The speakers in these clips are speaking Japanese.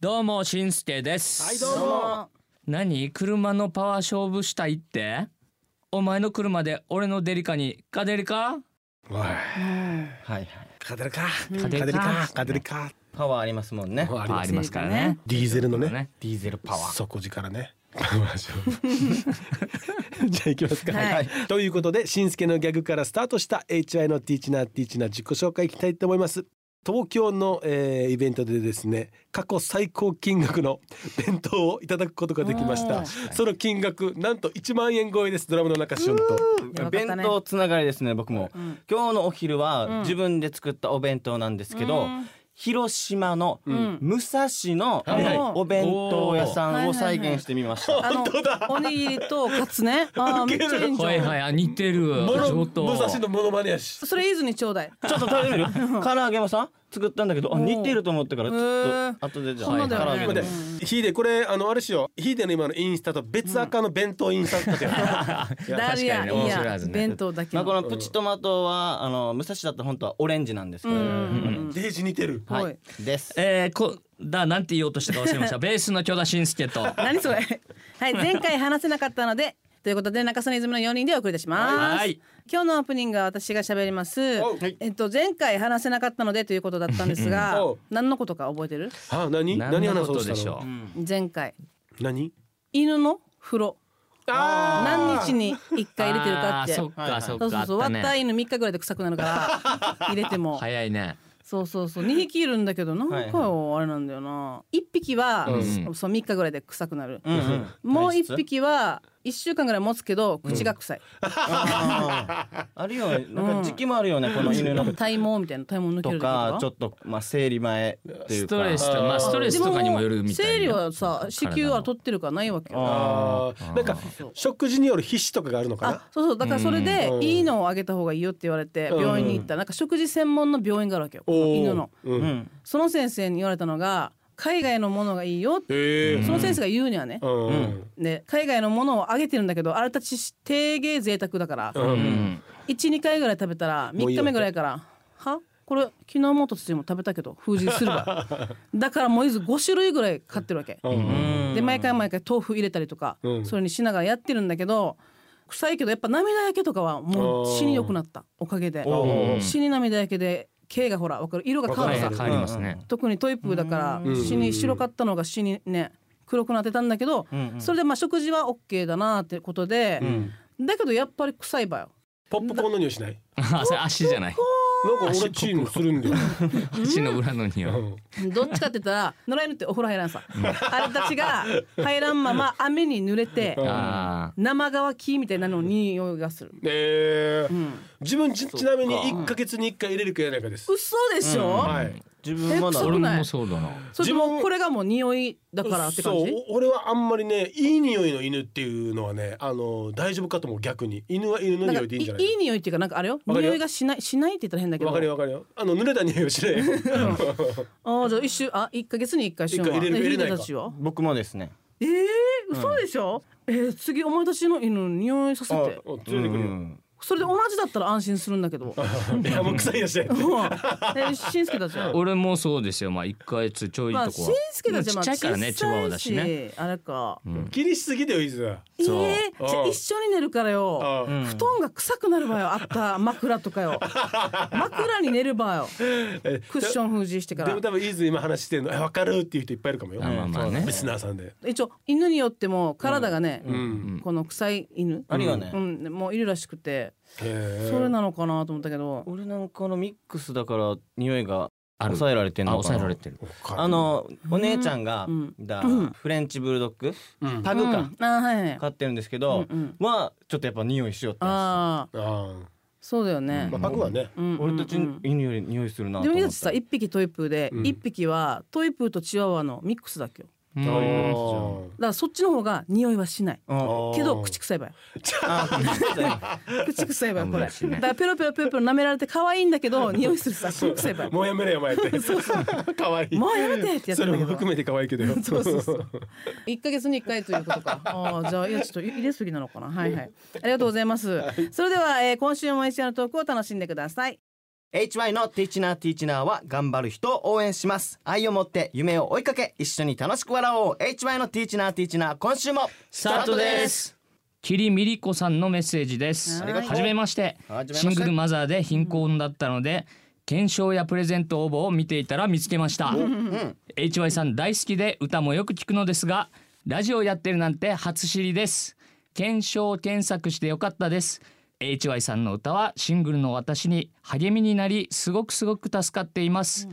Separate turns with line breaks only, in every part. どうもしんすけです。
はいどうも
何車のパワー勝負したいって？お前の車で俺のデリカにカデリカ？
おい
はいはい。
勝てるか
勝てるか
勝てるか勝てるか
パワーありますもんね。
あり
あ
ます
りますからね。
ディーゼルのね
ね
ディーゼルパワー。
底力 ねじゃあ行きますか、
はい
ということでしんすけのギャグからスタートした HI のティーチナーティーチナー自己紹介いきたいと思います東京の、えーイベントでですね過去最高金額の弁当をいただくことができまし
お
たその金額なんと1万円超えですドラムの中旬と
やばかっ
弁
たね
当つながりですね。僕も、
うん
今日のお昼
うん
は自分で作ったお弁当なんですけど、
うん
広島の
ん
武蔵の
はいはい
お弁当屋さんを再現してみました。
あのおにぎりとカツね。ああめっちゃいいんじゃん
はいはいあ似てる。
もろ
上
武
等。
蔵のモノマネやし
それイズにちょうだい。
ちょっと食べてみる。唐揚げもさ作ったんだけど、あ
おー
似てると思ったからちょっ
へ
と後でじゃあ、
そうなんだよね
唐揚
今
げ
で
でも。
ヒーデこれあのあれしようヒーデの今のインスタと別赤の弁当インスタとかや
ダリア
確かにね
い
面白い
や
はずね
弁当だけ
まあ
の。
このプチトマトはあの武蔵だったら本当はオレンジなんですけ
う
ど、
ん。
デージ似てる
は
はいい。です。
えー、こだなんて言おうとしたか忘れました。ベースの京田しんすけと。
何それ。はい前回話せなかったのでということで中曽根イズムの4人でお送りいたします。
はい
今日のオープニングは私が喋ります
おうはい。
えっと前回話せなかったのでということだったんです が
おう、
何のことか覚えてる？
あ何何
何
話
のこ
そう
と
と
で
し
したょ
の
う。
前回
何
犬の風呂
あ
何日に1回入れてるかって。
あーそっかそっ
そうそ
かあ
う
っ
そう、
た
割った
ね。
犬3日ぐらいで臭くな るから入れても、
早いね。
そうそうそう2匹いるんだけどなんかよあれなんだよな1匹は、
うん
そう3日ぐらいで臭くなる、
うんうん
もう
体質
1匹は1週間ぐらい持つけど口が臭い、
あーあるよね。なんか時期もあるよね、この犬の。
体毛みたいな体毛抜け
と
る
か、ちょ
ょっ
っと、まあ、生理前っていう
ス
か。
トレスとまあストレスとかにもよるみたいな。
生理はさ子宮は取ってるからないわけよ
あ
あーなんか
そう
食事による皮脂とかがあるのか
あ
な
そうそうだからそれで
うん
いいのをあげた方がいいよって言われて病院に行ったらなんか食事専門の病院があるわけよこの
ー
犬の
う
うんん。
その先生に言われたのが海外のものがいいよって
へえ
その先生が言うにはね
うん
うん
で海外のものをあげてるんだけどあれたち低芸贅沢だから
う
うんん。
12回ぐらい食べたら
もういい
3
よ
日目ぐらいから「はこれ昨日もとついも食べたけど封じするわ」だからもういず5種類ぐらい買ってるわけ
う
うんん
で毎回毎回豆腐入れたりとか
うん
それにしながらやってるんだけど臭いけどやっぱ涙焼けとかはもう死に良くなったおかげで
お
ー
死に涙焼けで毛がほらわかる色が変わる
変
さ
わりますね。
特にトイプーだか
う
ら
ん
死に白かったのが死にね黒くなってたんだけど、
うんうん
それでまあ食事は OK だなってことで、だけどやっぱり臭いばよ
ポップコーンの匂いしない
あそれ足じゃない。
なんか俺チームするんだよ
足の裏の匂い。
うん
どっちかって言っ たら野良犬ってお風呂入らんさあれたちが入らんまま雨に濡れて
あ
生乾きみたいなのに匂いがする、
えー
うん、
自分ちちなみに一ヶ月に一回入れるかやないかです
嘘でしょ、
はい
自分まだ
あ。
そ。う
俺
ない
もそうだな。
それ
自
とも
分
これがもう匂いだからって感
そう
じ
お俺はあんまりねいい匂いの犬っていうのはねあの大丈夫かと思う逆に犬は犬の
なん
匂
かい
いでいいんじゃない
いい匂いっていうかなんかあれよ
わかるよ
匂いがしないしないって言ったら変だけど
わかるよわかるよあの濡れた匂いをしない
ああじゃあ一週あ一ヶ月に一回しよう
一回入れる
え
入れないか
ヒデたちは
僕もですね。
えー、嘘でしょ、えー次お前たちの犬の匂いさせて
お連れてくるよ
それで同じだったら安心するんだけど
いやもう臭いやしない
うんえしんすけた ちは
俺もそうですよ。まあ一ヶ月ちょい
まあ
と
し
こ
ん
は。
すけたちはまあ
ちっちゃいからね
小さい
チワワだしね
あれか、
気にしすぎだよ伊豆
え
そう
ー、じゃあ
うん
一緒に寝るからよ
あ
布団が臭くなる場よあった枕とかよ枕に寝る場よ
え
クッション封じしてか
で
ら
も多分伊豆今話してるのえわかるっていう人いっぱいいるかもよ
あまあまあね
リスナーさんで
一応犬によっても体がね、
うん
この臭い犬
あるよね
うん、もういるらしくて
へ
それなのかなと思ったけど
俺なんかのミックスだから、匂いが
ある
抑えられてる
あ
のかな。
抑えられてる。
あの、お姉ちゃんが
うん、
だ
うん、
フレンチブルドッグ、
うん
パグ
う
か
ん、あーはいはい
飼ってるんですけど
うん、
は、ちょっとやっぱ匂いしようってや
ああ
あ
そうだよね
ー、まあパグはね
うんうん
つ。俺たち
うんうん
犬より匂いするなと
でも
思
俺
った
ちさ一匹トイプーで
うん
一匹はトイプーとチワワのミックスだっけよ
う
あ
ん
ー
だからそっちの方が匂いはしない
うん
あー
けど口臭いばよ
あ ー
口臭いばよこれ
危ない
だ
しね
からペロペロペロペロ舐められて可愛いんだけど匂いするさ口臭いばよ
もうやめれよお前って 可愛い
もうやめてってやつ
そ
だ
れも
けど
含めて可愛いけどよ
そうそうそう。一ヶ月に一回ということか。ああ、じゃあ、いや、ちょっと入れすぎなのかな。はいはい。ありがとうございます。それでは、えー今週も一夜のトークを楽しんでください。
HY のティーチナーティーチナーは頑張る人を応援します愛を持って夢を追いかけ一緒に楽しく笑おう HY のティーチナーティーチナー今週も
スタートですキリミリコさんのメッセージです
ありがとう
はじめまして
はじめまして
シングルマザーで貧困だったので検証やプレゼント応募を見ていたら見つけました HY さん大好きで歌もよく聞くのですがラジオやってるなんて初知りです検証検索してよかったです HY さんの歌はシングルの私に励みになりすごくすごく助かっています、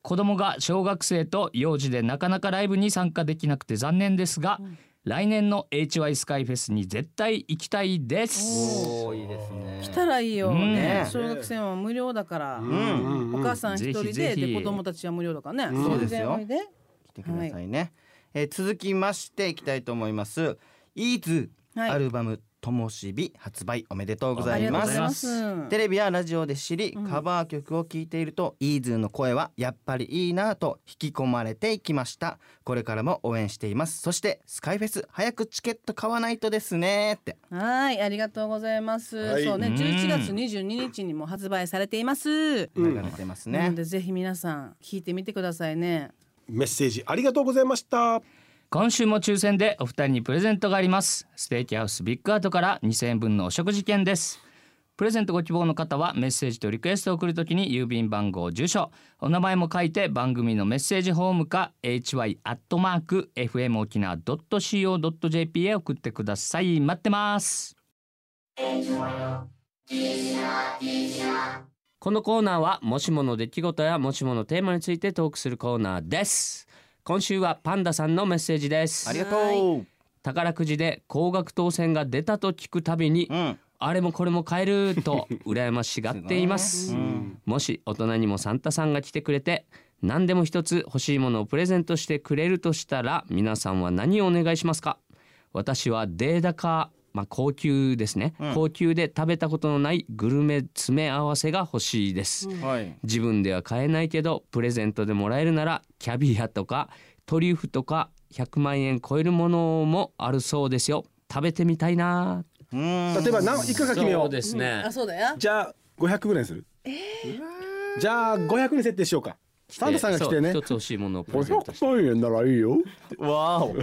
子供が小学生と幼児でなかなかライブに参加できなくて残念ですが、来年の HY スカイフェスに絶対行きたいです
おーいいですね
来たらいいよ、
うん
ね小学生は無料だから、
ん
お母さん一人で
ぜひぜひ
で子供たちは無料だからね、
んそうですよ
全然おいで
来てくださいね、えー続きましていきたいと思いますイーズ
はい
アルバムともしび発売おめでとうござ
あり
い
がと
ま
うご
す
ざいます
テレビやラジオで知りカバー曲を聴いていると、イーズーの声はやっぱりいいなぁと引き込まれていきましたこれからも応援していますそしてスカイフェス早くチケット買わないとですねって
はい、ありがとうございます。
はい
そうね、
うん
11月22日にも発売されています。
流れてます
な
ね
の、でぜひ皆さん聞いてみてくださいね。
メッセージありがとうございました
今週も抽選でお二人にプレゼントがありますステーキハウスビッグアートから2000円分のお食事券ですプレゼントご希望の方はメッセージとリクエストを送るときに郵便番号住所お名前も書いて番組のメッセージホームか hy.fmokina.co.jp へ送ってください待ってますこのコーナーはもしもの出来事やもしものテーマについてトークするコーナーです今週はパンダさんのメッセージです
ありがとう
宝くじで高額当選が出たと聞くたびに、
うん
あれもこれも買えると羨ましがっていますもし大人にもサンタさんが来てくれて何でも一つ欲しいものをプレゼントしてくれるとしたら皆さんは何をお願いしますか私はデーダカまあ高級ですね、高級で食べたことのないグルメ詰め合わせが欲しいです、
はい
自分では買えないけどプレゼントでもらえるならキャビアとかトリュフとか100万円超えるものもあるそうですよ食べてみたいな
うん
例えば何いくらか決めよう
すね
あ、そうだよ。
じゃあ500ぐらいにするじゃあ500に設定しようかサンタさんが来てね
そう一つ欲しいものをプレゼントし
500万円ならいいよ
わ お素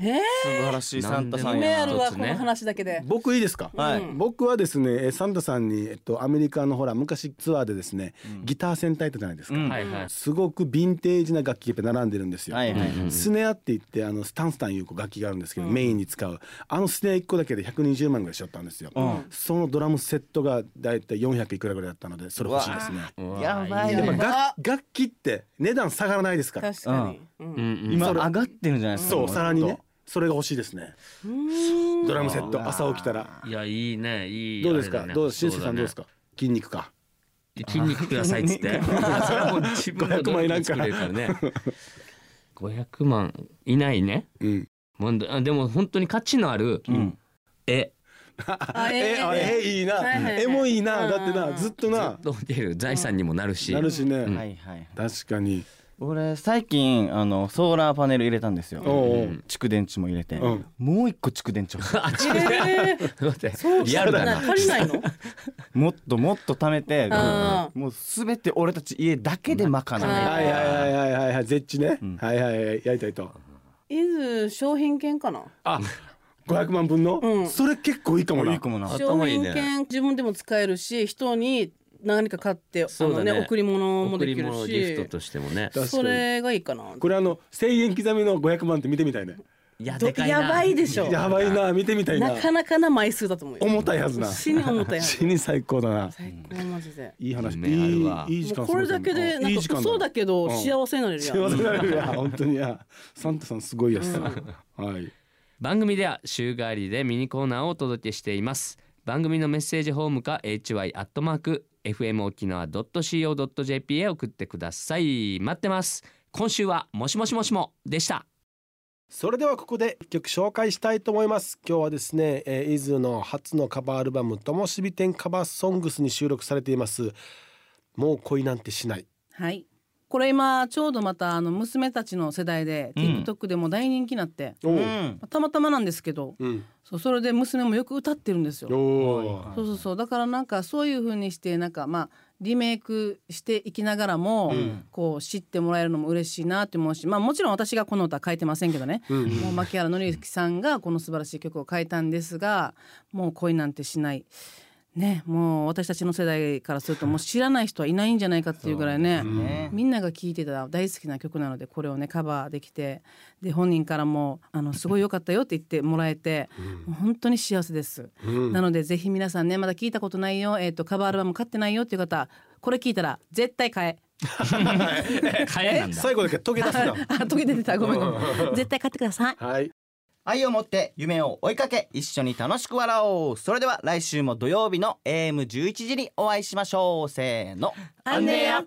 え
晴らしいサンタさん
ー、
夢
メ
や
あ
あ
る
る
わ
わ
こ
こ
の
の
話だけで。
僕いいですか、
はい
僕はですねえサンタさんに、えっと、アメリカのほら昔ツアーでですね、ギター戦隊とじゃないですか、
うん
はいはい
すごくヴィンテージな楽器がいっぱい並んでるんですよ、
はいはい
スネアって言ってあのスタンスタンいう楽器があるんですけど、メインに使うあのスネア1個だけで120万ぐらいしちゃったんですよ、
ん
そのドラムセットがだいたい400いくらぐらいだったのでそれ欲しいですね
うわ
やばい
やっ
ね
ぱ楽楽器って値段下がらないですから
確かに。うん
うんうん
今上がってるんじゃないですか
そう
も
さらにねそれが欲しいですねドラムセット朝起きたら
いやいいねいい
どうです
あ
か
れだね
どうしんすけさんどうです
そ
か筋肉か
だね筋肉くださいっつって それはもう自分の努力 で作れるからね500万以内ね
うん
もうあでも本当に価値のある絵
あ
えあえいい
はいはいは
ないえもいいな
うん
だってなずっと
ず
な
っと置ける財産にもなるし
なるし
はい
ね
はいはい
確かに
俺最近あのソーラーパネル入れたんですよ、
おうおう
蓄電池も入れて、
うん
もう一個蓄電池を
えー
待って
そう
リアルだな
足りないの？
もっともっと貯めて
あー
もう全て俺たち家だけで賄う、
あー
はいはいはいはいはいはい絶地ねはいはいはいやりたいと
いず商品券かな。
あ500万分
う
の
ん
それ結構いいかも
い
ない
かもな
商
頭いい
品
ね
券自分でも使えるし、人に何か買ってあ
そう
の
だ
ね
ね
贈り物も
贈
で
り
きる
物ギフト
し
と、してもね
確かに
それがいいかな。
これあの1000円刻みの500万って見てみたいね
いや
ど
でかいな
やばいでしょ。
やばいな見てみたいな
なかなかな枚数だと思うよ。
重たいはずな
死に重たいやつ。
死に最高だな
最高マジで。
いい話い
夢あるわ
いいい時間
もうこれだけでなんか嘘だけど
うん
幸せになれるやん。
幸せになれるや本当にやサンタさんすごいやつだはい
番組では週替わりでミニコーナーをお届けしています番組のメッセージホームか hy.fmokinawa.co.jp へ送ってください待ってます今週はもしもしもしもでした
それではここで一曲紹介したいと思います今日はですね、えー、伊豆の初のカバーアルバム「ともしび天カバーソングス」に収録されていますもう恋なんてしない
はい。これ今ちょうどまたあの娘たちの世代で TikTok でも大人気になって、
お
う、
うん
たまたまなんですけど、
うん
そうそれで娘もよく歌ってるんですよ。
お
そうそうそうだからなんかそういう風にしてなんかまあリメイクしていきながらも、
うん
こう知ってもらえるのも嬉しいなって思うし、まあ、もちろん私がこの歌書いてませんけどね、
うん
もう牧原紀之さんがこの素晴らしい曲を書いたんですがもう恋なんてしない。ね、もう私たちの世代からするともう知らない人はいないんじゃないかっていうぐらいね
そうですね
みんなが聴いてた大好きな曲なのでこれをねカバーできてで本人からもあの「すごい良かったよ」って言ってもらえてもう本当に幸せです。
うん
なのでぜひ皆さんねまだ聞いたことないよ、えー、とカバーアルバム買ってないよっていう方これ聞いたら絶対買え。
早いなんだ
最後だけ遂げ出す な
あ途切れてたごめんごめん絶対買ってください。
はい
愛を持って夢を追いかけ一緒に楽しく笑おうそれでは来週も土曜日の AM11 時にお会いしましょうせーの
安寧や